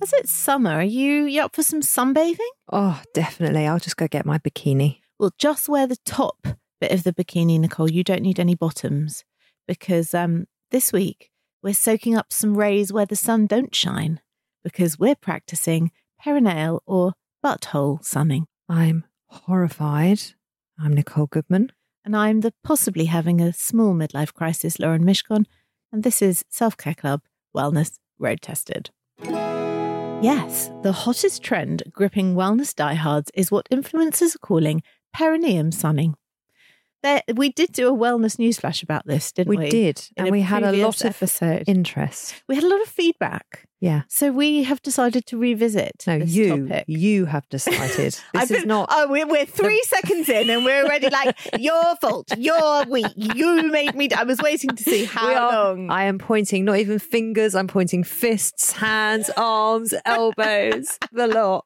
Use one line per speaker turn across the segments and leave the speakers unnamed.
As it's summer, are you, you up for some sunbathing?
Oh, definitely. I'll just go get my bikini.
Well, just wear the top bit of the bikini, Nicole. You don't need any bottoms because um, this week we're soaking up some rays where the sun don't shine because we're practicing perineal or butthole sunning.
I'm horrified. I'm Nicole Goodman.
And I'm the possibly having a small midlife crisis, Lauren Mishkon. And this is Self Care Club Wellness Road Tested. Yes, the hottest trend gripping wellness diehards is what influencers are calling perineum sunning. There, we did do a wellness newsflash about this, didn't we?
did,
in
and we had a
previous
lot of
episode.
interest.
we had a lot of feedback,
Yeah.
so we have decided to revisit
No,
this
you
topic.
you have decided.
I've
This is
been-
not
Oh, we're, we're three seconds in, and we're already like, "Your fault. Your week. You made me." d-" I was waiting to see how
We are-
long.
I am pointing not even fingers, I'm pointing fists, hands, arms, elbows, the lot.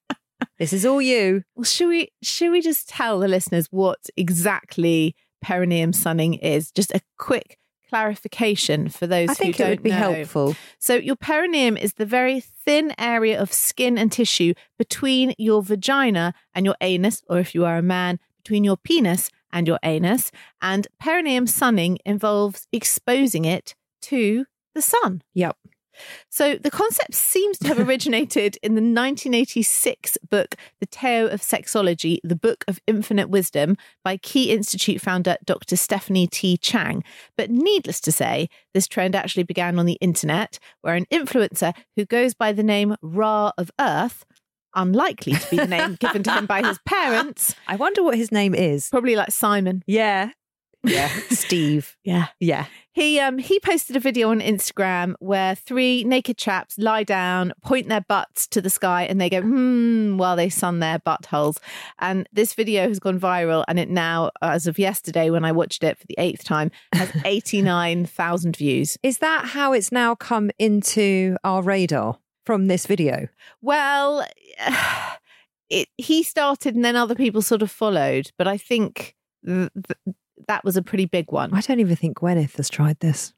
This is all you.
Well, should we should we just tell the listeners what exactly perineum sunning is? Just a quick clarification for those
I
who
think it
don't
would be
know.
helpful.
So your perineum is the very thin area of skin and tissue between your vagina and your anus, or if you are a man, between your penis and your anus. And perineum sunning involves exposing it to the sun.
Yep.
So the concept seems to have originated in the 1986 book, The Tao of Sexology, The Book of Infinite Wisdom by Key Institute founder Dr. Stephanie T. Chang. But needless to say, this trend actually began on the internet, where an influencer who goes by the name Ra of Earth, unlikely to be the name given to him by his parents,
I wonder what his name is.
probably like Simon.
Yeah. Yeah. Steve.
Yeah.
Yeah.
He um he posted a video on Instagram where three naked chaps lie down, point their butts to the sky, and they go hmm while they sun their buttholes. And this video has gone viral, and it now, as of yesterday when I watched it for the eighth time, has eighty nine thousand views.
Is that how it's now come into our radar from this video?
Well, it he started, and then other people sort of followed. But I think th- th- that was a pretty big one.
I don't even think Gwyneth has tried this.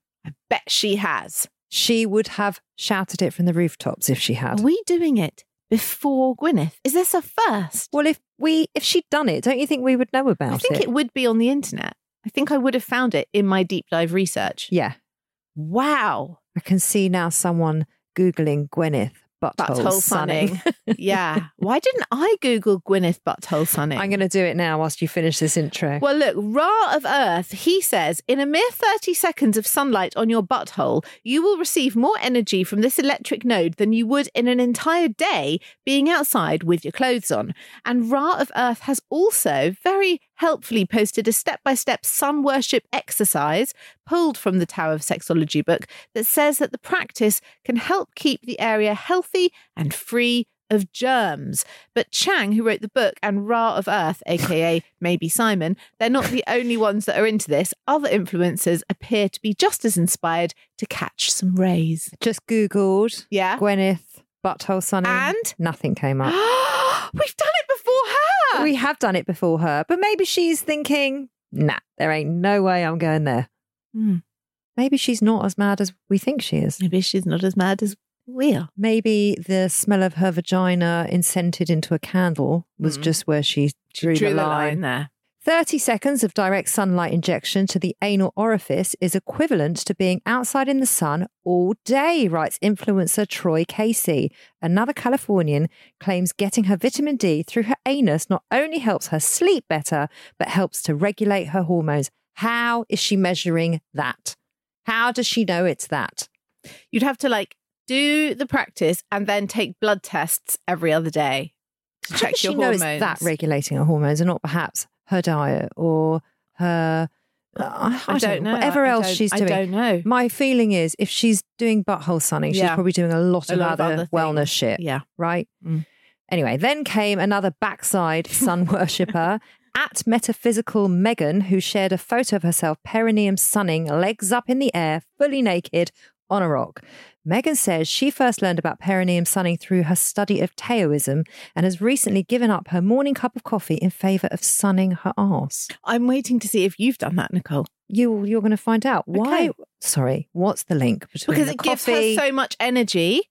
Bet she has.
She would have shouted it from the rooftops if she
Are
had.
we doing it before Gwyneth? Is this a first?
Well, if we if she'd done it, don't you think we would know about
I think it. would be on the internet. I think I would have found it in my deep dive research.
Yeah.
Wow.
I can see now someone Googling Gwyneth butthole,
Butthole
sunning.
sunning. Yeah. Why didn't I Google Gwyneth butthole sunning?
I'm going to do it now whilst you finish this intro.
Well, look, Ra of Earth, he says, in a mere 30 seconds of sunlight on your butthole, you will receive more energy from this electric node than you would in an entire day being outside with your clothes on. And Ra of Earth has also very helpfully posted a step by step sun worship exercise pulled from the Tower of Sexology book that says that the practice can help keep the area healthy and free of germs. But Chang, who wrote the book, and Ra of Earth, aka maybe Simon, they're not the only ones that are into this. Other influencers appear to be just as inspired to catch some rays.
Just Googled
Yeah.
Gwyneth butthole sunning.
And?
Nothing came
We've
up.
done it before her.
we have done it before her, but maybe she's thinking, nah, there ain't no way I'm going there.
Hmm.
Maybe she's not as mad as we think she is.
Maybe she's not as mad as we are.
Maybe the smell of her vagina incented into a candle was
Mm.
just where she drew, the, line.
there.
30 seconds of direct sunlight injection to the anal orifice is equivalent to being outside in the sun all day, writes influencer Troy Casey. Another Californian claims getting her vitamin D through her anus not only helps her sleep better, but helps to regulate her hormones. How is she measuring that? How does she know it's that?
You'd have to like do the practice and then take blood tests every other day to
How
check
does
your
she
hormones.
Know it's that regulating her hormones, and not perhaps her diet or her. uh, I,
I,
don't, know. Whatever
I
else
don't-
she's
I
doing.
don't know.
My feeling is if she's doing butthole sunning, she's
Yeah.
probably doing a lot,
A
of,
lot of
other
other
wellness shit,
Yeah.
right?
Mm.
Anyway, then came another backside sun worshipper at Metaphysical Megan, who shared a photo of herself perineum sunning, legs up in the air, fully naked on a rock. Megan says she first learned about perineum sunning through her study of Taoism and has recently given up her morning cup of coffee in favor of sunning her ass.
I'm waiting to see if you've done that, Nicole.
You, you're going to find out why.
Okay.
Sorry, what's the link between
Because
the
it gives
coffee?
her so much energy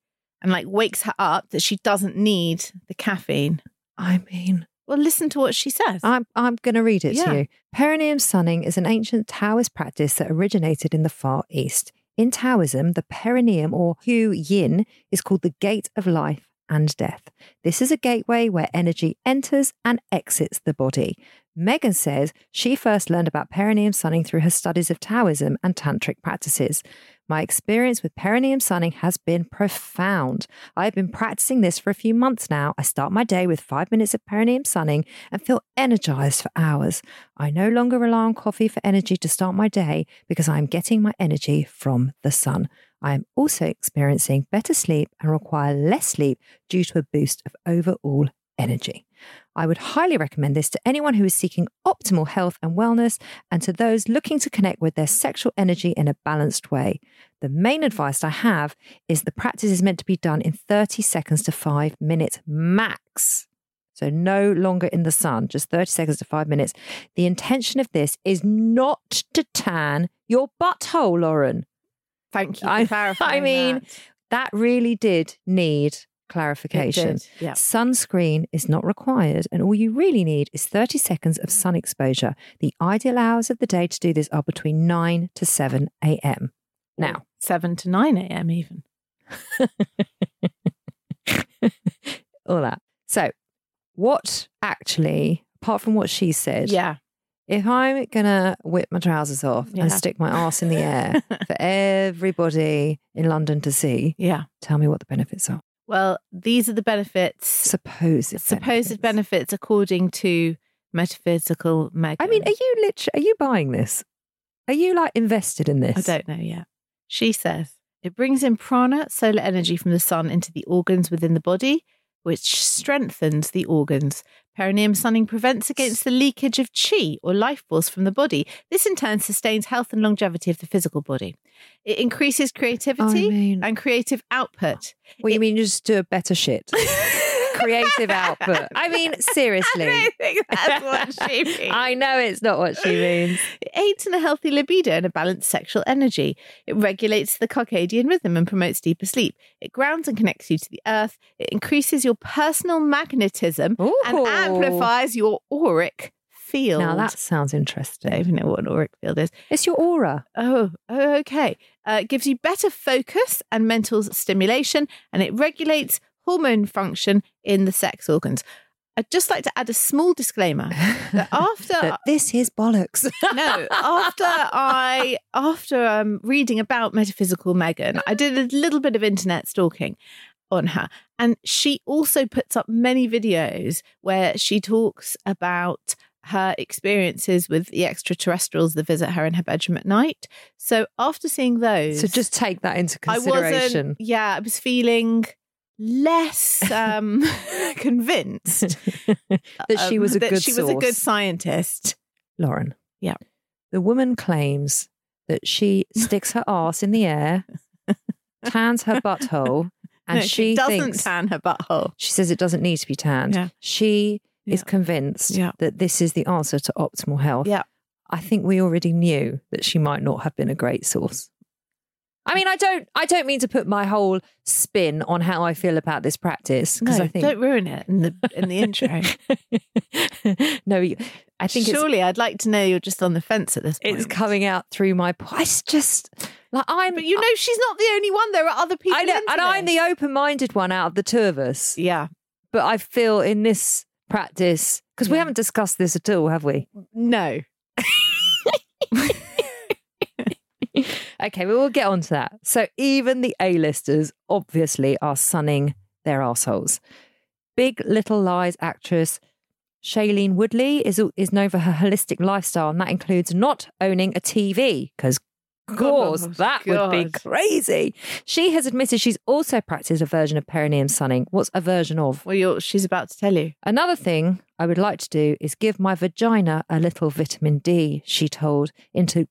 and like wakes her up that she doesn't need the caffeine.
I mean,
Well, listen to what she says.
I'm, I'm going to read it
Yeah.
to you. Perineum sunning is an ancient Taoist practice that originated in the Far East. In Taoism, the perineum or Hu Yin is called the gate of life and death. This is a gateway where energy enters and exits the body. Megan says she first learned about perineum sunning through her studies of Taoism and tantric practices. My experience with perineum sunning has been profound. I have been practicing this for a few months now. I start my day with five minutes of perineum sunning and feel energized for hours. I no longer rely on coffee for energy to start my day because I am getting my energy from the sun. I am also experiencing better sleep and require less sleep due to a boost of overall energy. I would highly recommend this to anyone who is seeking optimal health and wellness and to those looking to connect with their sexual energy in a balanced way. The main advice I have is the practice is meant to be done in 30 seconds to five minutes max. So, no longer in the sun, just 30 seconds to five minutes. The intention of this is not to tan your butthole, Lauren.
Thank you for
I- I
clarifying.
mean,
that.
That really did need
It
clarification.
did. Yeah.
Sunscreen is not required, and all you really need is 30 seconds of sun exposure. The ideal hours of the day to do this are between 9 to 7 a.m. Now,
seven to nine a.m. Even
all that. So, what actually, apart from what she said,
yeah,
if I'm going to whip my trousers off
Yeah.
and stick my ass in the air for everybody in London to see,
yeah.
tell me what the benefits are.
Well, these are the benefits.
Supposed
Supposed benefits according to metaphysical Megan.
I mean, are you lit- Are you buying this? Are you like invested in this?
I don't know yet. She says it brings in prana, solar energy from the sun, into the organs within the body, which strengthens the organs. Perineum sunning prevents against the leakage of chi or life force from the body. This in turn sustains health and longevity of the physical body. It increases creativity
I mean-
and creative output.
Well, you mean you just do a better shit? Creative output. I mean, seriously.
I don't think that's what she means.
I know it's not what she means.
It aids in a healthy libido and a balanced sexual energy. It regulates the circadian rhythm and promotes deeper sleep. It grounds and connects you to the earth. It increases your personal magnetism and
Ooh.
amplifies your auric field.
Now that sounds
I don't
interesting.
even know what an auric field is.
It's your aura.
Oh, oh okay. Uh, it gives you better focus and mental stimulation, and it regulates hormone function in the sex organs. I'd just like to add a small disclaimer that after
That this is bollocks.
no, after I after um reading about metaphysical Megan, I did a little bit of internet stalking on her, and she also puts up many videos where she talks about her experiences with the extraterrestrials that visit her in her bedroom at night. So after seeing those,
so just take that into
I
consideration.
wasn't. Yeah, I was feeling less um convinced
that she was a
um, that
good
she was a good
source.
scientist.
Lauren.
Yeah.
The woman claims that she sticks her ass in the air, tans her butthole, and
No,
she,
doesn't
thinks
tan her butthole.
she says it doesn't need to be tanned.
Yeah.
She is
Yeah.
convinced
Yeah.
that this is the answer to optimal health.
Yeah.
I think we already knew that she might not have been a great source. I mean, I don't I don't mean to put my whole spin on how I feel about this practice because
No,
I think
don't ruin it in the in the intro.
no, you- I think it's
Surely, I'd like to know you're just on the fence at this point.
it's coming out through my. po- It's just like I'm.
but you know, she's not the only one. There are other people.
I know,
into
and I'm
this.
the open-minded one out of the two of us.
yeah.
But I feel in this practice because we
Yeah.
haven't discussed this at all, have we?
No,
Okay, we will get on to that. So even the A-listers obviously are sunning their assholes. Big Little Lies actress Shailene Woodley is is known for her holistic lifestyle, and that includes not owning a TV because. Course,
Oh,
that would be
God.
crazy. She has admitted she's also practiced a version of perineum sunning. What's a version of?
well, you're, she's about to tell you.
Another thing I would like to do is give my vagina a little vitamin D, she told into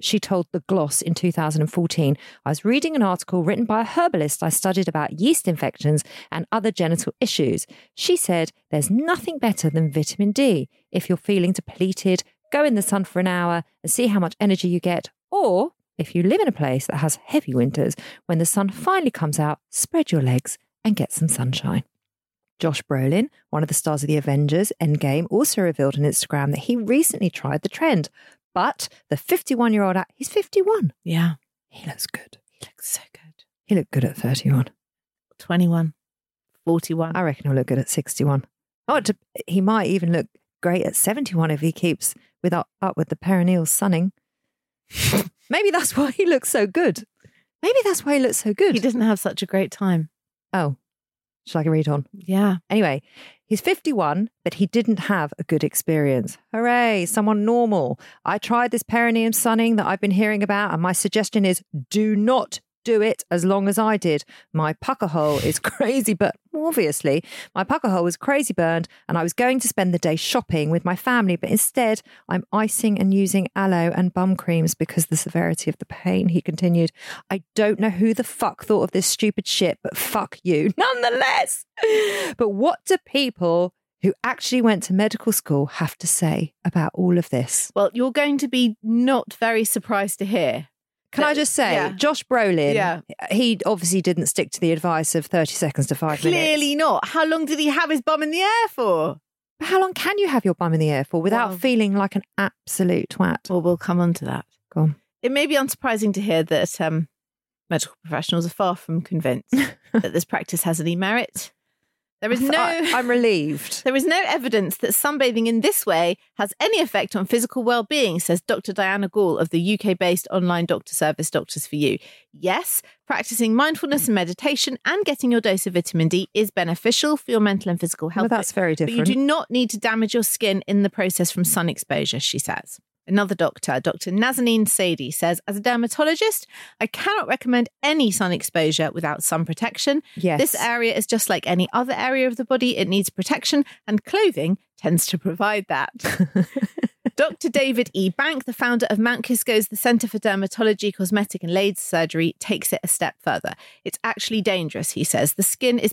she told the gloss in 2014. I was reading an article written by a herbalist I studied about yeast infections and other genital issues. She said there's nothing better than vitamin D. If you're feeling depleted, go in the sun for an hour and see how much energy you get or if you live in a place that has heavy winters, when the sun finally comes out, spread your legs and get some sunshine. Josh Brolin, one of the stars of the Avengers Endgame, also revealed on Instagram that he recently tried the trend. But the 51 year old, he's 51.
Yeah,
He looks good.
he looks so good.
He looked good at 31.
21, 41.
I reckon he'll look good at 61. Oh, it dep- he might even look great at 71 if he keeps with up, up with the perineal sunning. Maybe that's why he looks so good. Maybe that's why he looks so
He
good.
doesn't have such a great time.
Oh, shall I read on?
Yeah.
Anyway, he's 51, but he didn't have a good experience. Hooray, someone normal. I tried this perineum sunning that I've been hearing about, and my suggestion is do not do it as long as I did. My pucker hole is crazy, but obviously, my pucker hole was crazy burned, and I was going to spend the day shopping with my family, but instead, I'm icing and using aloe and bum creams because the severity of the pain, he continued. I don't know who the fuck thought of this stupid shit, but fuck you nonetheless. But what do people who actually went to medical school have to say about all of this?
Well, you're going to be not very surprised to hear.
Can I just say,
Yeah.
Josh Brolin,
Yeah.
he obviously didn't stick to the advice of 30 seconds to five minutes.
Clearly not. How long did he have his bum in the air for?
But how long can you have your bum in the air for without
Wow.
feeling like an absolute twat?
Well, we'll come on to that.
Go on.
It may be unsurprising to hear that um, medical professionals are far from convinced that this practice has any merit. There is no.
I- I'm relieved.
There is no evidence that sunbathing in this way has any effect on physical well-being, says Dr. Diana Gall of the UK-based online doctor service Doctors for You. Yes, practicing mindfulness and meditation and getting your dose of vitamin D is beneficial for your mental and physical health.
Well, that's very
but
different.
you do not need to damage your skin in the process from sun exposure, she says. Another doctor, Dr. Nazanin Sadie, says, as a dermatologist, I cannot recommend any sun exposure without sun protection.
yes.
This area is just like any other area of the body. It needs protection, and clothing tends to provide that. Dr. David E. Bank, the founder of Mount Kisco's The Center for Dermatology, Cosmetic and Laser Surgery, takes it a step further. It's actually dangerous, he says. The skin is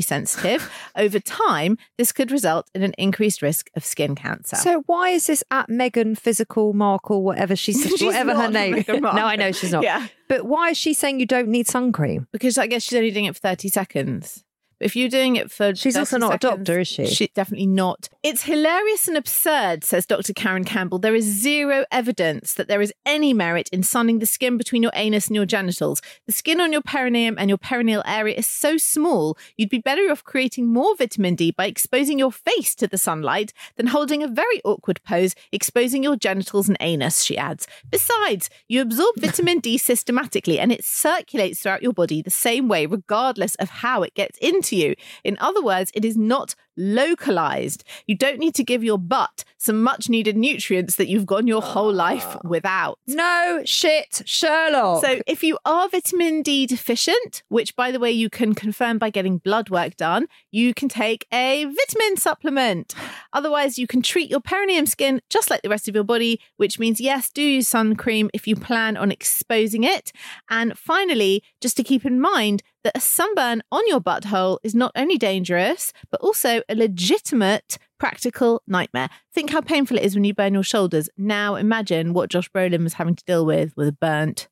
sensitive. Over time, this could result in an increased risk of skin cancer.
So why is this at Megan Physical Markle, whatever she's,
She's
whatever her
not
name?
Meghan Markle.
no, I know she's not.
Yeah.
But why is she saying you don't need sun cream?
Because I guess she's only doing it for 30 seconds. But if you're doing it for.
She's
30
also not a
seconds-
doctor, is she?
She's definitely not. It's hilarious and absurd, says Dr. Karen Campbell. There is zero evidence that there is any merit in sunning the skin between your anus and your genitals. The skin on your perineum and your perineal area is so small, you'd be better off creating more vitamin D by exposing your face to the sunlight than holding a very awkward pose, exposing your genitals and anus, she adds. Besides, you absorb vitamin D systematically and it circulates throughout your body the same way, regardless of how it gets into you. In other words, it is not localized. You don't need to give your butt some much needed nutrients that you've gone your whole life without.
No shit, Sherlock.
So, if you are vitamin D deficient, which by the way, you can confirm by getting blood work done, you can take a vitamin supplement. Otherwise, you can treat your perineum skin just like the rest of your body, which means, yes, do use sun cream if you plan on exposing it. And finally, just to keep in mind that a sunburn on your butthole is not only dangerous, but also a legitimate practical nightmare. Think how painful it is when you burn your shoulders. Now imagine what Josh Brolin was having to deal with with a burnt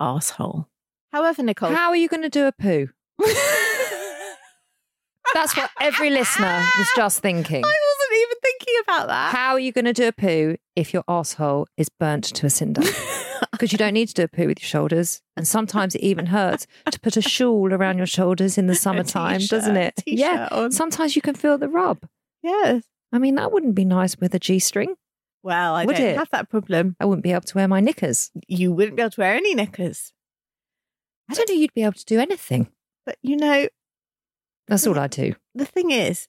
asshole. However, Nicole,
How are you going to do a poo? That's what every listener was just thinking.
I wasn't even thinking about that.
How are you going to do a poo if your asshole is burnt to a cinder? Because you don't need to do a poo with your shoulders. And sometimes it even hurts to put a shawl around your shoulders in the summertime,
t-shirt,
doesn't it?
t-shirt
yeah.
on.
Sometimes you can feel the rub.
Yes.
I mean, that wouldn't be nice with a G string.
Well, I
Would
don't
it?
have that problem.
I wouldn't be able to wear my knickers.
You wouldn't be able to wear any knickers.
I don't know you'd be able to do anything.
But you know,
That's all I do.
the thing is,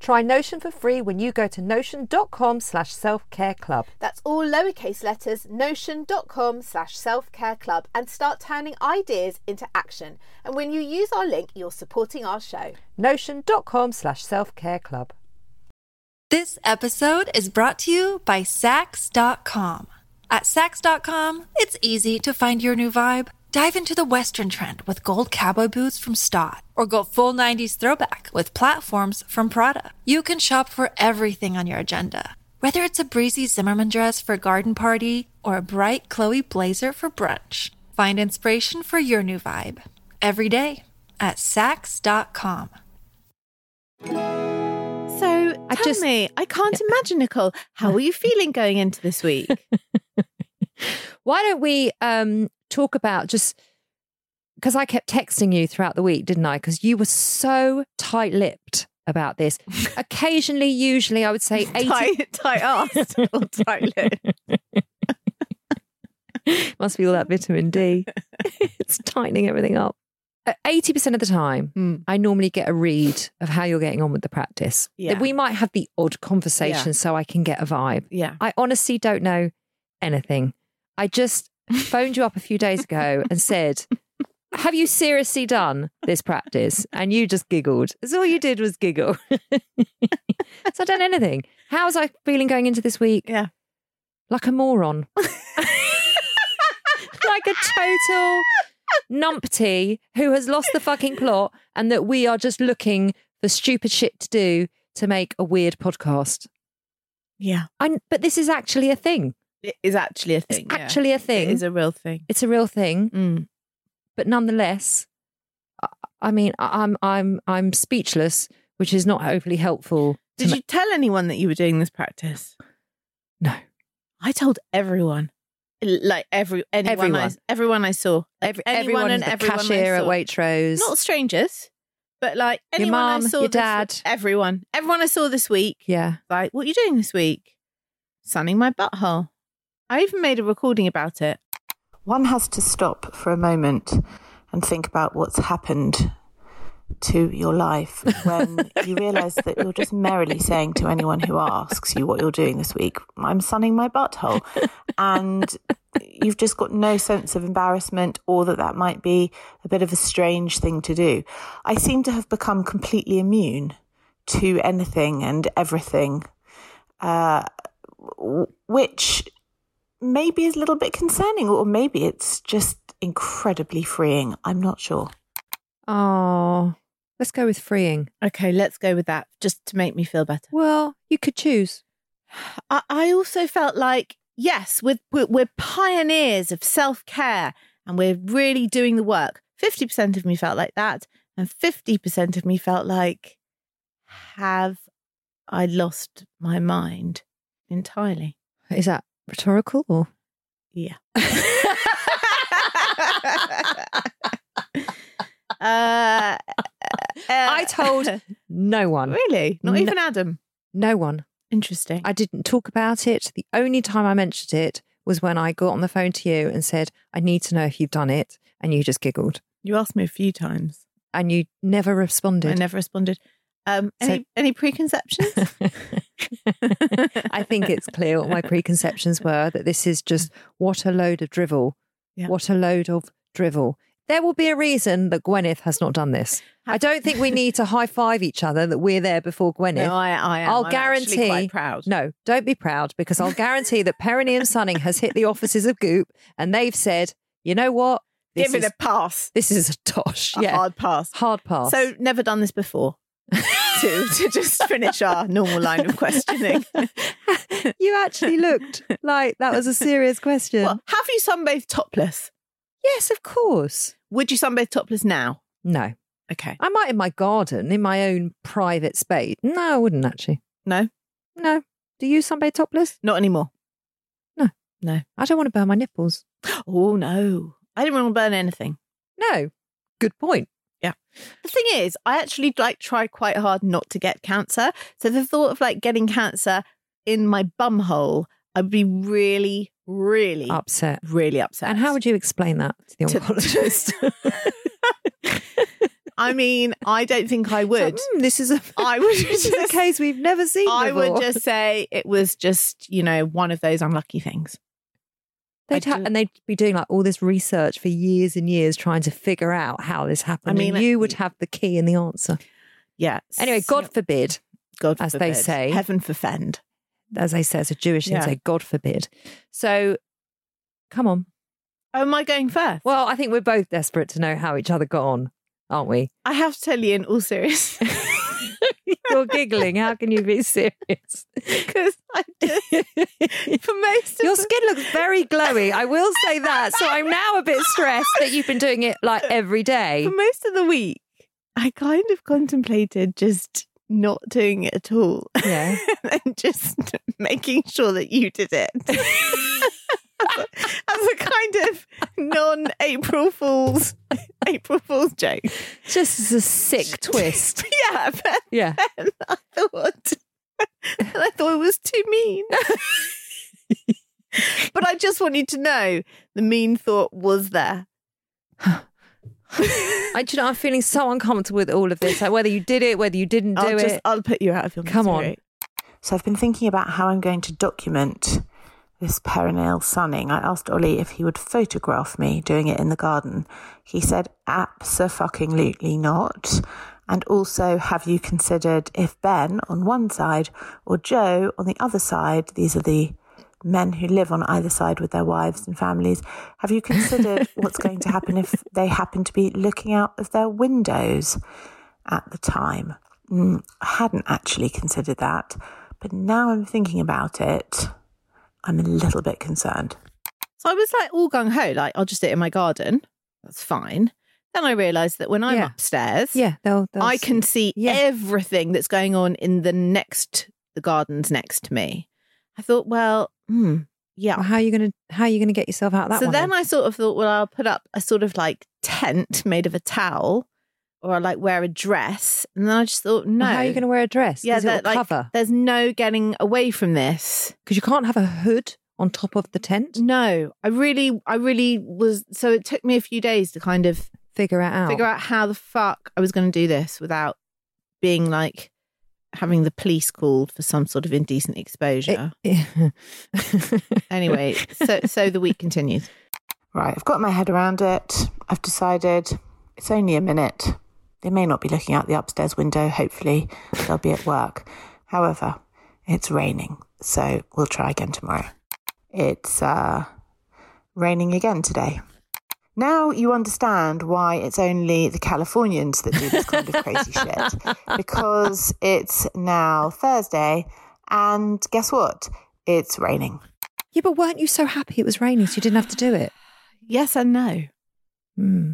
Try Notion for free when you go to notion.com slash self care club.
That's all lowercase letters, notion.com slash self care club, and start turning ideas into action. And when you use our link, you're supporting our show.
Notion.com slash self care club.
This episode is brought to you by Sax.com. At Sax.com, it's easy to find your new vibe. Dive into the Western trend with gold cowboy boots from Stott, or go full 90s throwback with platforms from Prada. You can shop for everything on your agenda, whether it's a breezy Zimmerman dress for a garden party or a bright Chloe blazer for brunch. Find inspiration for your new vibe every day at Sax.com.
So
I
tell
just-
me, I can't imagine, Nicole. How are you feeling going into this week?
Why don't we um, talk about just because I kept texting you throughout the week, didn't I? Because you were so tight lipped about this. Occasionally, usually, I would say 80.
tight, tight ass or tight lip?
Must be all that vitamin D. it's tightening everything up. Uh, 80% of the time,
Hmm.
I normally get a read of how you're getting on with the practice.
Yeah.
We might have the odd conversation so I can get a vibe.
Yeah.
I honestly don't know anything. I just phoned you up a few days ago and said, Have you seriously done this practice? And you just giggled. That's all you did was giggle. so I've done anything. How was I feeling going into this week?
Yeah.
Like a moron. like a total numpty who has lost the fucking plot and that we are just looking for stupid shit to do to make a weird podcast.
Yeah.
I, but this is actually a thing.
It is actually a
It's
thing. yeah.
actually a thing.
It is a real thing.
it's a real thing.
Mm.
But nonetheless, I, I mean, I, I'm I'm I'm speechless, which is not overly helpful. to
Did
ma-
you tell anyone that you were doing this practice?
No.
I told everyone, L- like every anyone, everyone I,
Everyone.
everyone I saw,
Every,
anyone
everyone,
and
the
everyone I
cashier at
saw.
Waitrose.
not strangers, but like
Your
anyone
mum,
I saw,
your
this-
dad.
everyone, everyone I saw this week.
yeah,
Like, what are you doing this week? Sunning my butthole. I even made a recording about it.
one has to stop for a moment and think about what's happened to your life when you realize that you're just merrily saying to anyone who asks you what you're doing this week, I'm sunning my butthole. And you've just got no sense of embarrassment or that that might be a bit of a strange thing to do. I seem to have become completely immune to anything and everything, uh, w- which maybe is a little bit concerning, or maybe it's just incredibly freeing. I'm not sure.
Oh, let's go with freeing.
Okay, let's go with that just to make me feel better.
Well, you could choose.
I, I also felt like, yes, we're, we're, we're pioneers of self care and we're really doing the work. 50% of me felt like that. And 50% of me felt like, have I lost my mind entirely?
Is that rhetorical or?
Yeah. uh,
I told no one.
Really? Not
No.
even Adam.
No one.
Interesting.
I didn't talk about it. The only time I mentioned it was when I got on the phone to you and said, I need to know if you've done it. And you just giggled
you asked me a few times.
and you never responded.
I never responded. Um,
So-
any any preconceptions?
I think it's clear what my preconceptions were that this is just what a load of drivel.
Mm. Yeah.
What a load of drivel. There will be a reason that Gwyneth has not done this. I don't think we need to high five each other that we're there before Gwyneth.
No, I, I am.
I'll
I'm actually
guarantee.
Quite proud.
No, don't be proud because I'll guarantee that Perineum Sunning has hit the offices of Goop and they've said, you know what? This
give it
is,
a pass.
this is a tosh.
A
yeah.
hard pass.
Hard pass.
So never done this before. to to just finish our normal line of questioning.
you actually looked like that was a serious question.
Well, have you sunbathed topless?
Yes, of course.
Would you sunbathe topless now?
No.
Okay.
I might in my garden, in my own private space. No, I wouldn't actually.
No,
No. Do you sunbathe topless?
not anymore.
I don't want to burn my nipples.
Oh no. I didn't want to burn anything.
No. Good point.
The thing is, I actually like try quite hard not to get cancer. So the thought of like getting cancer in my bum hole, I'd be really, really,
Upset.
really upset.
And how would you explain that to the
To-
oncologist?
I mean, I don't think I
So,
would.
"Mm, this is a
I would
this is a
just-
case we've never seen.
I would
before."
just say it was just, you know, one of those unlucky things.
they'd
I
ha-
do-
and they'd be doing like all this research for years and years trying to figure out how this happened. I mean,
mean,
you
it-
would have the key and the answer.
Yeah.
Anyway,
So-
God forbid,
God
as they
forbid.
say.
heaven forfend.
as they say, as a Jewish thing,
Yeah.
say God forbid. So, come on.
Oh, am I going first?
Well, I think we're both desperate to know how each other got on, aren't we?
I have to tell you in all seriousness
You're giggling. How can you be serious?
because I just, for most of
Your
the-
skin looks very glowy. I will say that. So I'm now a bit stressed that you've been doing it like every day.
for most of the week, I kind of contemplated just not doing it at all
Yeah.
and just making sure that you did it. As a- As a kind of non-April Fools, April Fools joke.
Just as a sick twist.
Yeah, but
Yeah.
then I thought, and I thought it was too mean. but I just wanted to know the mean thought was there.
I, do you know, I'm feeling so uncomfortable with all of this. Like whether you did it, whether you didn't do
I'll
it.
just, I'll put you out of your
Come on.
misery.
So I've been thinking about how I'm going to document this perineal sunning. I asked Ollie if he would photograph me doing it in the garden. He said, absolutely not. And also, have you considered if Ben on one side or Joe on the other side, these are the men who live on either side with their wives and families, have you considered what's going to happen if they happen to be looking out of their windows? at the time. Mm, I hadn't actually considered that, but now I'm thinking about it, I'm a little bit concerned.
So I was like all gung ho, like I'll just do it in my garden. That's fine. Then I realised that when I'm
Yeah.
upstairs,
yeah. They'll, they'll
I can see
Yeah.
everything that's going on in the next, the gardens next to me. I thought, well, hmm, yeah,
Well, how are you gonna How are you gonna get yourself out of that
so
one?
then I sort of thought, well, I'll put up a sort of like tent made of a towel, or I'll like wear a dress. And then I just thought, no,
Well, how are you going to wear a dress?
yeah,
Does it
that,
all
like,
cover
there's no getting away from this.
because you can't have a hood on top of the tent.
No, I really, I really was. So it took me a few days to kind of
Figure it out.
figure out how the fuck I was going to do this without being like having the police called for some sort of indecent exposure. anyway, so so the week continues.
Right, I've got my head around it. I've decided it's only a minute. They may not be looking out the upstairs window, hopefully, they'll be at work. However, it's raining, so we'll try again tomorrow. It's uh, raining again today. Now you understand why it's only the Californians that do this kind of crazy shit. Because it's now Thursday, and guess what? It's raining.
yeah, but weren't you so happy it was raining so you didn't have to do it?
Yes and no.
Hmm.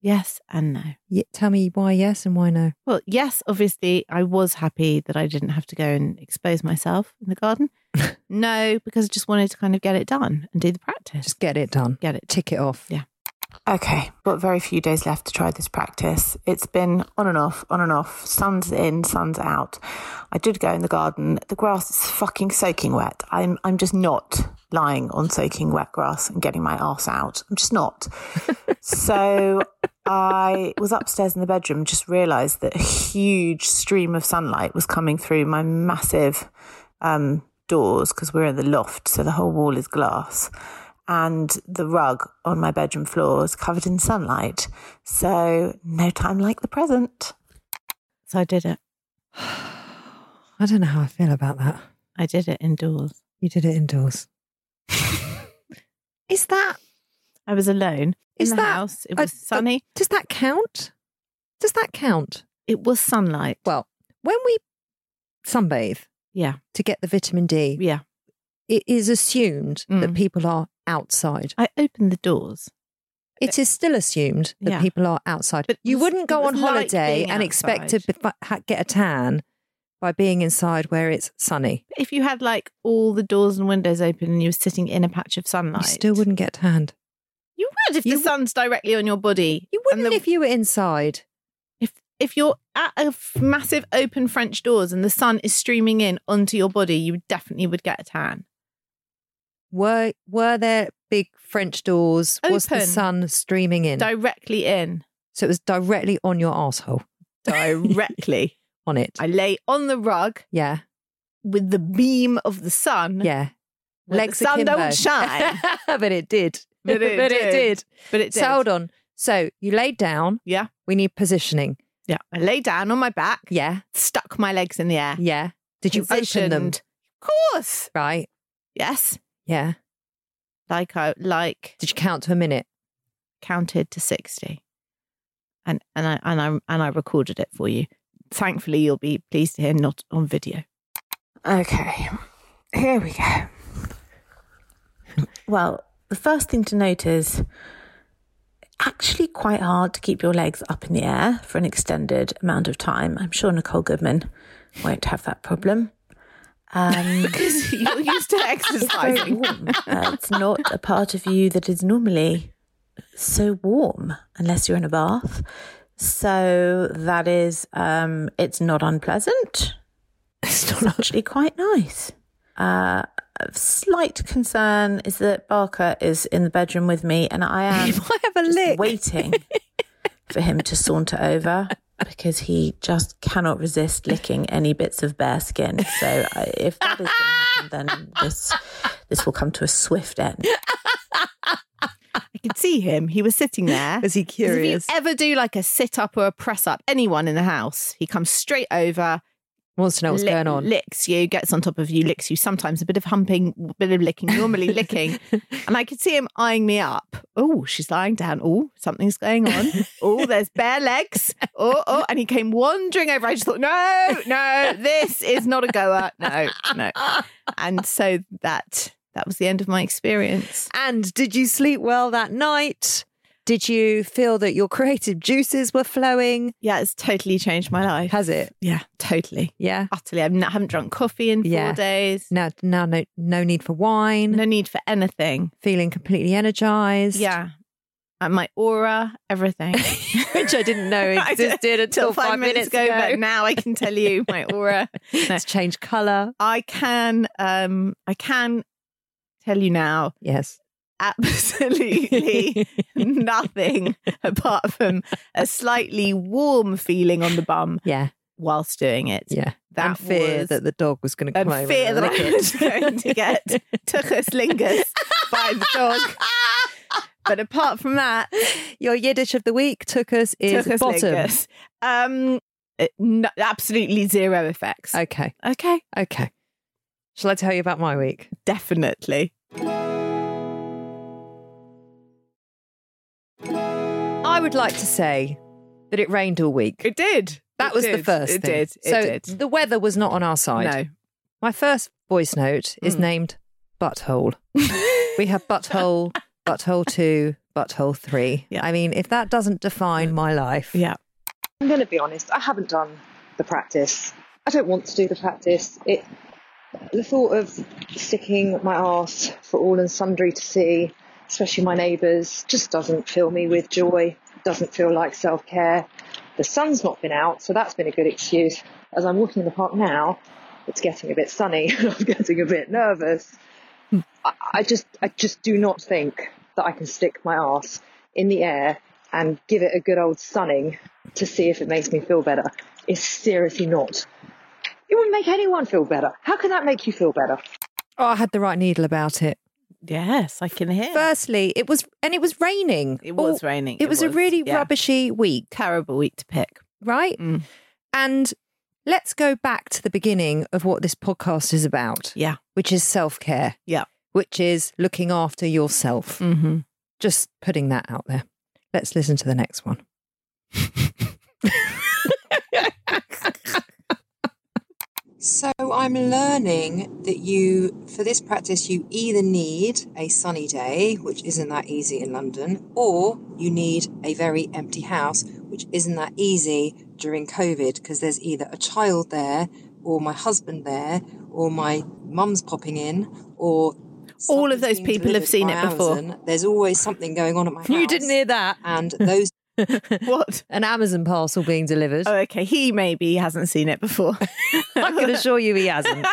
Yes and no.
Ye- tell me why yes and why no.
Well, yes, obviously, I was happy that I didn't have to go and expose myself in the garden. no, because I just wanted to kind of get it done and do the practice.
Just get it done.
Get it.
Tick it off.
Yeah.
Okay, got very few days left to try this practice. It's been on and off, on and off. Sun's in, sun's out. I did go in the garden. The grass is fucking soaking wet. I'm I'm just not lying on soaking wet grass and getting my arse out. I'm just not. so I was upstairs in the bedroom, just realised that a huge stream of sunlight was coming through my massive um, doors because we're in the loft, so the whole wall is glass. And the rug on my bedroom floor is covered in sunlight. So, no time like the present.
So I did it.
I don't know how I feel about that.
I did it indoors.
You did it indoors. is that
I was alone
Is
in the
that-
house. It
I-
was sunny.
does that count? Does that count?
it was sunlight.
Well, when we sunbathe
yeah,
to get the vitamin D,
yeah.
it is assumed that
Mm.
people are outside.
I opened the doors.
It is still assumed that
Yeah.
people are outside.
But
you
it's-
wouldn't go
it's
on
like
holiday
being
and expect to
outside.
be- ha- get a tan by being inside where it's sunny.
If you had like all the doors and windows open and you were sitting in a patch of sunlight,
You still wouldn't get tanned.
You would if
You
the
would-
sun's directly on your body.
You
And
wouldn't
the-
if you were inside.
if if you're at a f- massive open French doors and the sun is streaming in onto your body, you definitely would get a tan.
Were were there big French doors? Was the
Open.
sun streaming in?
Directly in,
so it was directly on your asshole.
directly.
on it.
I lay on the rug
yeah,
with the beam of the sun.
yeah.
Well, the sun
akimbo.
don't shine.
but it did.
But it did. but it did.
So hold on. So you laid down.
Yeah.
We need positioning.
Yeah, I lay down on my back,
Yeah,
stuck my legs in the air.
yeah. Did you open them?
Positioned. Of course.
Right.
Yes.
Yeah.
Like I like
Did you count to a minute?
counted to sixty, and and I and I and I recorded it for you. Thankfully, you'll be pleased to hear not on video.
Okay, here we go. Well, the first thing to note is actually quite hard to keep your legs up in the air for an extended amount of time. I'm sure Nicole Goodman won't have that problem. Um,
Because you're used to
very
exercising.
warm. Uh, it's not a part of you that is normally so warm unless you're in a bath. So that is, um, it's not unpleasant. It's not actually quite nice. Uh, a slight concern is that Barker is in the bedroom with me, and I am
I have a
just
lick.
waiting for him to saunter over because he just cannot resist licking any bits of bare skin. So I, if that is going to happen, then this this will come to a swift end.
I could see him. Ah, He was sitting there.
Is he
'Cause
curious?
If you ever do like a sit up or a press up, anyone in the house, he comes straight over,
Wants to know what's
lick-
going on.
licks you, gets on top of you, licks you. Sometimes a bit of humping, a bit of licking, normally licking. And I could see him eyeing me up. Oh, she's lying down. Oh, something's going on. Oh, there's bare legs. Oh, oh. And he came wandering over. I just thought, no, no, this is not a goer. No, no. And so that that was the end of my experience.
And did you sleep well that night? Did you feel that your creative juices were flowing?
Yeah, it's totally changed my life.
Has it?
Yeah, totally.
Yeah.
Utterly. I'm not, I haven't drunk coffee in four
Yeah.
days.
Now, now, no, no need for wine.
No need for anything.
Feeling completely energized.
Yeah. And my aura, everything.
which I didn't know
I didn't-
existed until five, minutes ago.
But now I can tell you my aura. No.
It's changed color.
I can um I can tell you now
Yes.
absolutely nothing apart from a slightly warm feeling on the bum
Yeah.
whilst doing it.
Yeah.
That
and fear
was-
that the dog was going to come
and
over
fear
and
that
lick
I
it.
was going to get tuchus lingus by the dog. But apart from that,
Your Yiddish of the week took us is
tuchus
bottom.
lingus. Um, it- no, absolutely zero effects.
Okay.
okay,
Okay. Shall I tell you about my week?
definitely.
I would like to say that it rained all week.
It did.
that
It
was the
did.
first
It
thing.
did. It
so
did.
the weather was not on our side.
No. Hmm.
My first voice note is named Butthole. we have Butthole, Butthole 2, Butthole 3.
Yeah.
I mean, if that doesn't define my life,
Yeah.
I'm going to be honest, I haven't done the practice. I don't want to do the practice. It, the thought of sticking my arse for all and sundry to see especially my neighbours, just doesn't fill me with joy, doesn't feel like self care. The sun's not been out, so that's been a good excuse. As I'm walking in the park now, it's getting a bit sunny and I'm getting a bit nervous. I, I just I just do not think that I can stick my arse in the air and give it a good old sunning to see if it makes me feel better. It's seriously not. It wouldn't make anyone feel better. How can that make you feel better?
Oh, I had the right needle about it.
Yes, I can hear.
Firstly, it was, and it was raining.
It was raining.
It,
It
was, a
was,
really
yeah.
rubbishy week,
Terrible week to pick.
right?
Mm.
And let's go back to the beginning of what this podcast is about,
Yeah.
which is self care,
Yeah.
which is looking after yourself.
Mm-hmm.
Just putting that out there. Let's listen to the next one.
So I'm learning that you, for this practice, you either need a sunny day, which isn't that easy in London, or you need a very empty house, which isn't that easy during COVID because there's either a child there, or my husband there, or my mum's popping in, or
All
something's
of those
being
people
delivered
have seen
by
it before.
Amazon. There's always something going on at my house.
You didn't hear that.
And those
What?
An Amazon parcel being delivered.
Oh, okay. He maybe hasn't seen it before.
I can assure you he hasn't.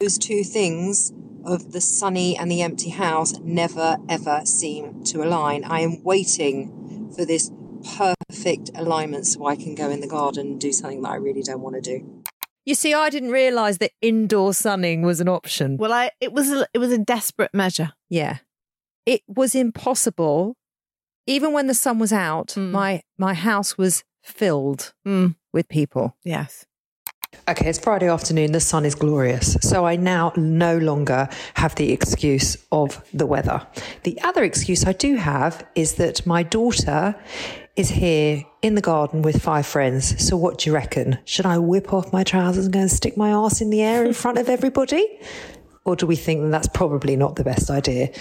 those two things of the sunny and the empty house never ever seem to align. I am waiting for this perfect alignment so I can go in the garden and do something that I really don't want to do.
You see, I didn't realise that indoor sunning was an option.
well, I it was a, it was a desperate measure.
Yeah. It was impossible. Even when the sun was out,
Mm.
my my house was filled with people.
Yes.
Okay, it's Friday afternoon. The sun is glorious. So I now no longer have the excuse of the weather. The other excuse I do have is that my daughter is here in the garden with five friends. So what do you reckon? Should I whip off my trousers and go and stick my ass in the air in front of everybody? Or do we think that that's probably not the best idea?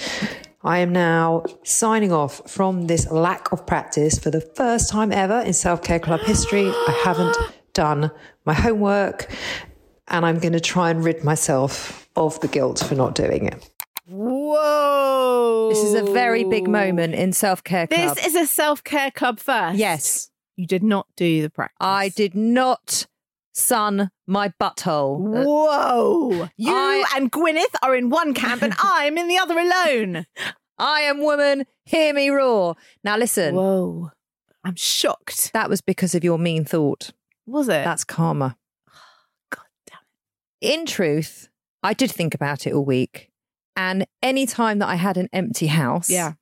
I am now signing off from this lack of practice for the first time ever in Self Care Club history. I haven't done my homework and I'm going to try and rid myself of the guilt for not doing it.
Whoa.
This is a very big moment in self care
This
club.
is a self care club first.
yes,
You did not do the practice.
I did not sun my butthole.
Whoa. uh, You
I-
and Gwyneth are in one camp and I'm in the other alone.
I am woman. Hear me roar. Now listen,
Whoa. I'm shocked.
that was because of your mean thought.
Was it?
That's karma.
God damn
In truth, I did think about it all week, and any time that I had an empty house,
it. Yeah.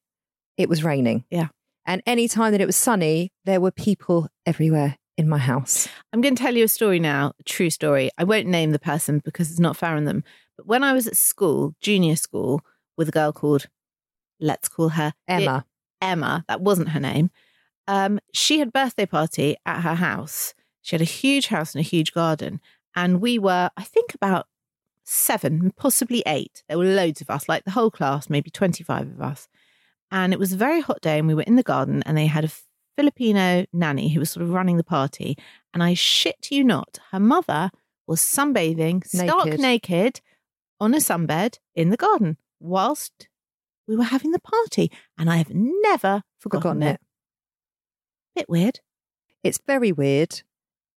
it was raining.
Yeah.
And any time that it was sunny, there were people everywhere in my house.
I'm going to tell you a story now, a true story. I won't name the person because it's not fair on them. But when I was at school, junior school, with a girl called, let's call her
Emma.
Emma, that wasn't her name. Um, she had birthday party at her house. She had a huge house and a huge garden, and we were, I think, about seven, possibly eight. There were loads of us, like the whole class, maybe twenty-five of us. And it was a very hot day, and we were in the garden, and they had a Filipino nanny who was sort of running the party. And I shit you not, her mother was sunbathing, stark
Naked.
naked, on a sunbed in the garden whilst we were having the party. And I have never forgotten,
Forgotten
it.
it.
Bit weird.
It's very weird.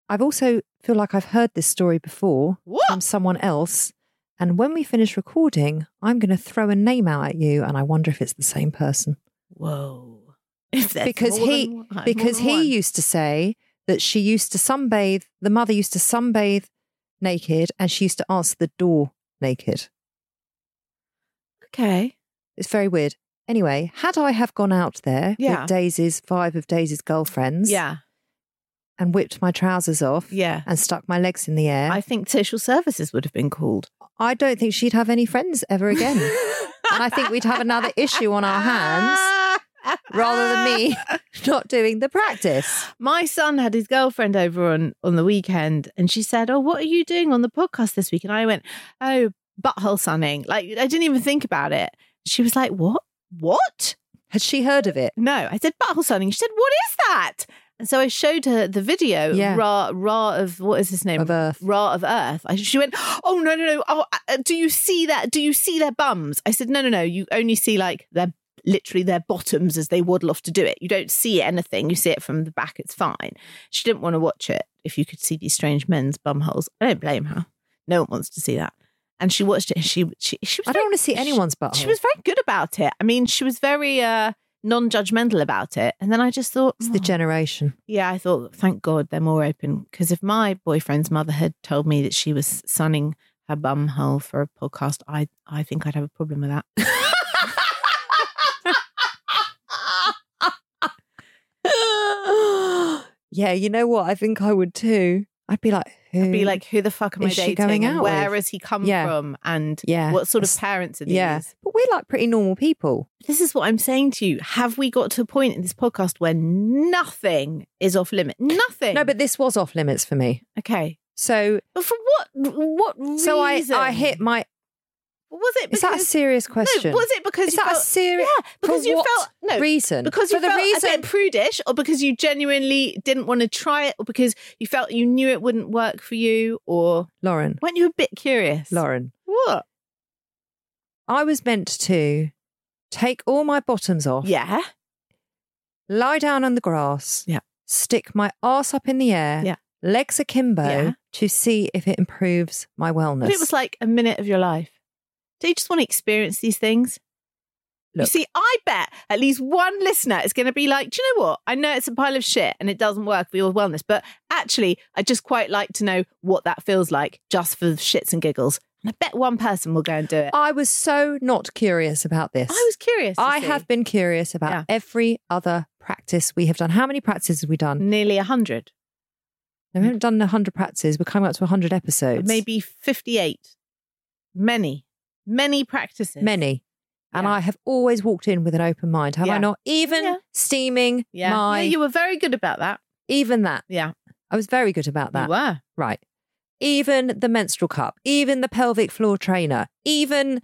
I've also feel like I've heard this story before
What?
from someone else. And when we finish recording, I'm going to throw a name out at you, and I wonder if it's the same person
Whoa. If there's
because
more
he
than one- more
because
than
he
one.
used to say that she used to sunbathe. The mother used to sunbathe naked, and she used to answer the door naked.
Okay.
It's very weird. Anyway, had I have gone out there
Yeah.
with Daisy's five of Daisy's girlfriends,
Yeah.
and whipped my trousers off,
Yeah.
and stuck my legs in the air,
I think social services would have been called.
I don't think she'd have any friends ever again. and I think we'd have another issue on our hands rather than me not doing the practice.
My son had his girlfriend over on on the weekend, and she said, "Oh, what are you doing on the podcast this week?" And I went, "Oh, butthole sunning." Like I didn't even think about it. She was like, "What? What?"
Had she heard of it?
No, I said butthole sunning. She said, "What is that?" And so I showed her the video,
Yeah.
Ra Ra of what is his name?
Of Earth.
Ra of Earth. I, she went, "Oh no, no, no! Oh, uh, do you see that? Do you see their bums?" I said, "No, no, no! You only see like their literally their bottoms as they waddle off to do it. You don't see anything. You see it from the back. It's fine." She didn't want to watch it. If you could see these strange men's bum holes, I don't blame her. No one wants to see that. And she watched it. And she she she was.
I don't
very-
want to see anyone's butthole.
She was very good about it. I mean, she was very uh, non-judgmental about it. And then I just thought,
It's the
"Oh."
generation.
Yeah, I thought, thank God they're more open. Because if my boyfriend's mother had told me that she was sunning her bum hole for a podcast, I I think I'd have a problem with that.
yeah, you know what? I think I would too. I'd be like, who?
Be like, who the fuck am
Is
I
she
dating?
going
And
out
Where
with?
has he come
Yeah.
from? And
Yeah,
what sort of
that's-
parents are these?
yeah. But we're like pretty normal people.
This is what I'm saying to you. Have we got to a point in this podcast where nothing is off limit? Nothing.
No, but this was off limits for me.
okay.
So,
But for what what reason?
so I, I hit my.
Was it
Is that a
because-
serious question?
No, was it because
Is
you
that
felt,
a serious?
Yeah, because
for
you
what
felt no
reason?
because you
for the
felt
reason.
a bit prudish, or because you genuinely didn't want to try it, or because you felt you knew it wouldn't work for you, or
Lauren,
weren't you a bit curious?
Lauren,
what?
I was meant to take all my bottoms off,
Yeah,
lie down on the grass,
Yeah.
stick my ass up in the air,
Yeah.
legs akimbo
Yeah.
to see if it improves my wellness.
but it was like a minute of your life. Do you just want to experience these things?
Look.
You see, I bet at least one listener is going to be like, "Do you know what? I know it's a pile of shit and it doesn't work for your wellness, but actually, I just quite like to know what that feels like, just for shits and giggles." And I bet one person will go and do it.
I was so not curious about this.
I was curious. to
I
see.
have been curious about
Yeah.
every other practice we have done. How many practices have we done?
nearly 100,
No, we haven't done 100 practices. We're coming up to 100 episodes.
maybe 58. Many, many practices.
Many. And
Yeah.
I have always walked in with an open mind. Have I
Yeah.
not? Even
Yeah.
steaming
Yeah.
my,
yeah. You were very good about that.
even that.
Yeah.
I was very good about that.
You were.
Right. Even the menstrual cup, even the pelvic floor trainer, even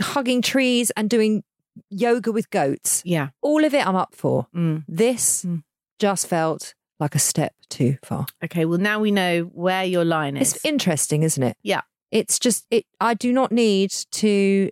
hugging trees and doing yoga with goats.
Yeah.
All of it I'm up for.
Mm.
This
Mm.
just felt like a step too far.
Okay. Well, now we know where your line is.
It's interesting, isn't it?
Yeah.
It's just it I do not need to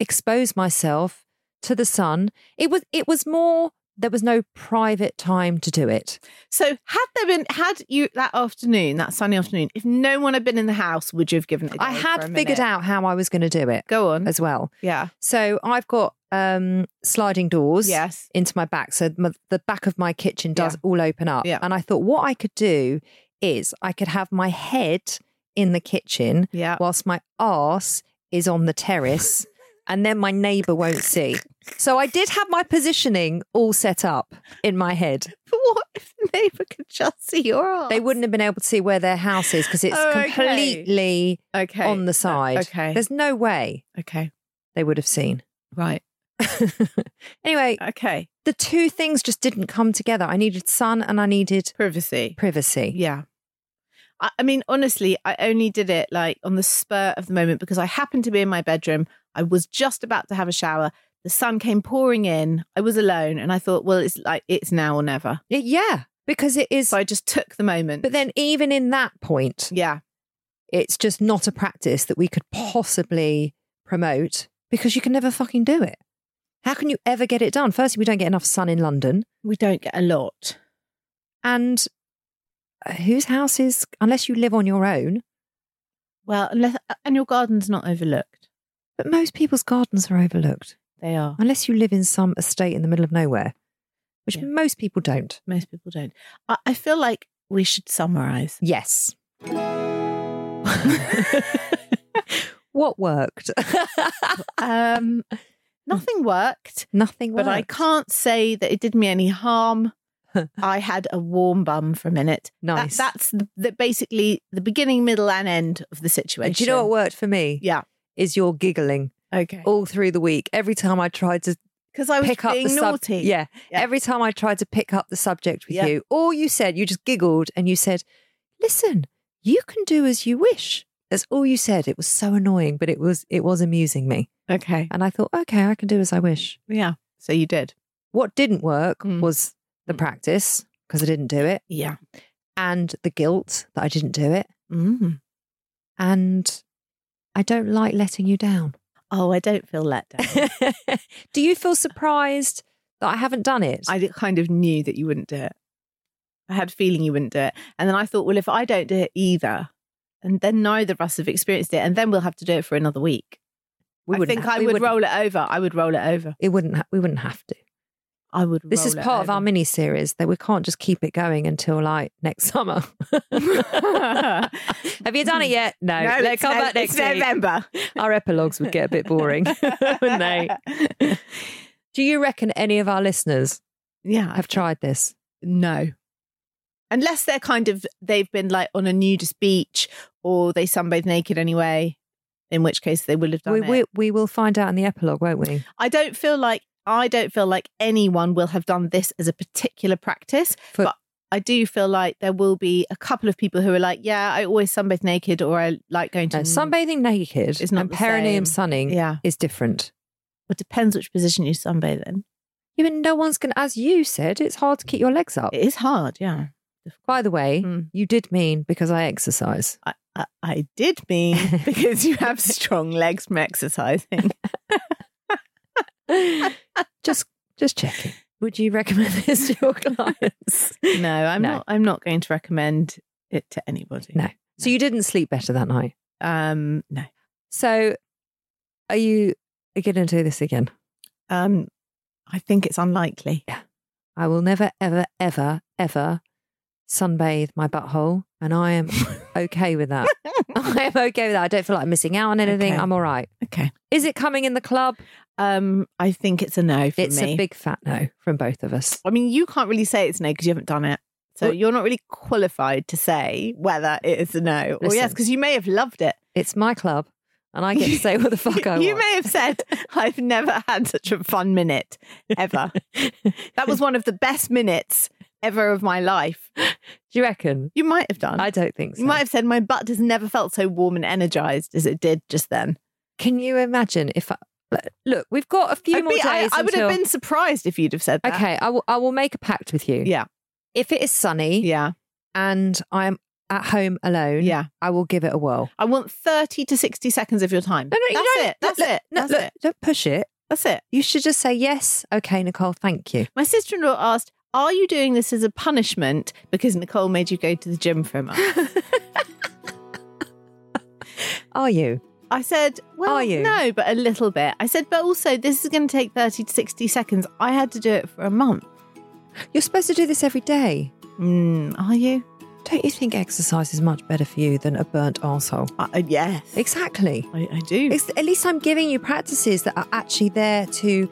expose myself to the sun. It was it was more there was no private time to do it.
so, had there been, had you that afternoon, that sunny afternoon, if no one had been in the house, would you have given it? a
I
go for a
had figured
minute?
out how I was going to do it
Go on.
as well.
yeah.
So I've got um sliding doors
Yes.
into my back. So my, the back of my kitchen does
Yeah.
all open up.
Yeah.
And I thought what I could do is I could have my head in the kitchen
Yeah.
whilst my arse is on the terrace and then my neighbour won't see. So I did have my positioning all set up in my head.
But what if the neighbour could just see your arse?
They wouldn't have been able to see where their house is because it's
Oh, okay.
completely
Okay.
on the side.
Okay.
There's no way
okay.
they would have seen.
Right.
anyway,
Okay.
the two things just didn't come together. I needed sun and I needed
Privacy.
privacy.
Yeah. I, I mean, honestly, I only did it like on the spur of the moment because I happened to be in my bedroom. I was just about to have a shower. The sun came pouring in. I was alone and I thought, well, it's like, it's now or never.
Y- Yeah, because it is.
So I just took the moment.
But then, even in that point,
yeah.
it's just not a practice that we could possibly promote because you can never fucking do it. How can you ever get it done? Firstly, we don't get enough sun in London.
We don't get a lot.
And uh, whose house is, unless you live on your own,
Well, unless, uh, and your garden's not overlooked.
but most people's gardens are overlooked,
They are.
unless you live in some estate in the middle of nowhere, which
Yeah.
most people don't.
Most people don't. I, I feel like we should summarize.
Yes. what worked?
Um, nothing worked.
Nothing worked.
But I can't say that it did me any harm. I had a warm bum for a minute. That-
Nice.
that's the, the, basically the beginning, middle, and end of the situation.
And do you know what worked for me?
Yeah.
Is your giggling
Okay.
all through the week. Every time I tried to
Because I was
pick up
being
the sub-
naughty.
yeah.
Yeah.
Every time I tried to pick up the subject with
Yeah.
you, all you said, you just giggled and you said, "Listen, you can do as you wish." That's all you said. It was so annoying, but it was it was amusing me.
Okay.
And I thought, "Okay, I can do as I wish."
Yeah. So you did.
What didn't work
Mm.
was the practice because I didn't do it
Yeah.
and the guilt that I didn't do it.
Mm.
And I don't like letting you down.
Oh, I don't feel let down.
do you feel surprised that I haven't done it?
I kind of knew that you wouldn't do it. I had a feeling you wouldn't do it. And then I thought, well, if I don't do it either, and then neither of us have experienced it, and then we'll have to do it for another week.
we
I
wouldn't
think
ha-
I
we
would
wouldn't-
roll it over. I would roll it over.
It wouldn't. Ha- we wouldn't have to.
I would.
This is
roll it
part of our
over.
mini series that we can't just keep it going until like next summer. Have you done it yet? No.
No,
Let's
it's
come
no-
back next
it's
week.
November.
Our epilogues would get a bit boring, wouldn't they? Do you reckon any of our listeners
Yeah,
have tried this?
No. Unless they're kind of they've been like on a nudist beach or they sunbathe naked anyway, in which case they would have done
We,
it.
we we will find out in the epilogue, won't we?
I don't feel like I don't feel like anyone will have done this as a particular practice,
For-
but I do feel like there will be a couple of people who are like, yeah, I always sunbathe naked or I like going to
No, sunbathing naked
It's not
and
the
perineum
same.
sunning
Yeah.
is different.
It depends which position you sunbathe in.
Even no one's going to, as you said, it's hard to keep your legs up.
It is hard, yeah.
By the way,
Mm.
you did mean because I exercise.
I, I, I did mean because you have strong legs from exercising.
just just checking. Would you recommend this to your clients?
No, I'm
No.
not. I'm not going to recommend it to anybody.
No. So you didn't sleep better that night.
Um, no.
So are you going to do this again?
Um, I think it's unlikely.
I will never, ever, ever, ever sunbathe my butthole. And I am okay with that. I am okay with that. I don't feel like I'm missing out on anything.
Okay.
I'm all right.
Okay.
Is it coming in the club?
Um, I think it's a no for
It's
me.
a big fat no from both of us.
I mean, you can't really say it's no because you haven't done it. So
Well-
you're not really qualified to say whether it is a no or yes
Listen.
because you may have loved it.
It's my club, and I get to say what the fuck I
you
want.
may have said, "I've never had such a fun minute ever. that was one of the best minutes ever of my life."
Do you reckon?
You might have done.
I don't think so.
Um, You might have said, My butt has never felt so warm and energized as it did just then.
Can you imagine if I look? We've got a few
I'd
more
be-
days.
I, I would
until-
have been surprised if you'd have said that.
Okay, I will. I will make a pact with you.
Yeah.
If it is sunny
Yeah.
and I'm at home alone,
Yeah.
I will give it a whirl.
I want 30 to 60 seconds of your time.
No, no, you
That's
don't-
it. That's
look,
it.
No,
That's
look,
it.
don't push it.
That's it.
You should just say yes. Okay, Nicole, thank you.
My sister in law asked, Are you doing this as a punishment because Nicole made you go to the gym for a month?
Are you?
I said, Well,
Are you?
no, but a little bit. I said, But also, this is going to take 30 to 60 seconds. I had to do it for a month.
You're supposed to do this every day.
Mm, are you?
Don't Hmm, you think exercise is much better for you than a burnt arsehole?
I, uh, yes.
Exactly.
I, I do.
It's, at least I'm giving you practices that are actually there to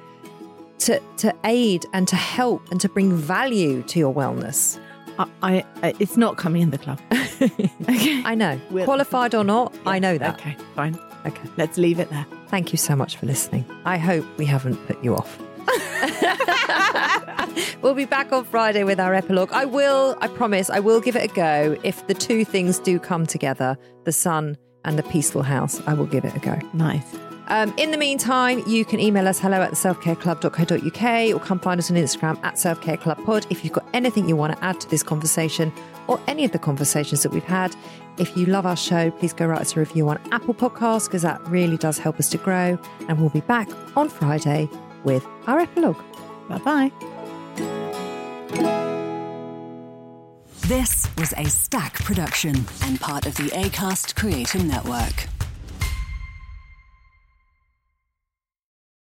to to aid and to help and to bring value to your wellness.
I, I, I- it's not coming in the club. okay.
I know,
We'll-
qualified or not, I know that.
Okay, fine.
Okay.
Let's leave it there.
Thank you so much for listening. I hope we haven't put you off. we'll be back on Friday with our epilogue. I will, I promise, I will give it a go. If the two things do come together, the sun and the peaceful house, I will give it a go.
Nice.
Um, in the meantime, you can email us hello at the selfcareclub.co.uk or come find us on Instagram at selfcareclubpod if you've got anything you want to add to this conversation or any of the conversations that we've had. If you love our show, please go write us a review on Apple Podcasts because that really does help us to grow. And we'll be back on Friday with our epilogue.
Bye bye.
This was a stack production and part of the ACAST Creator Network.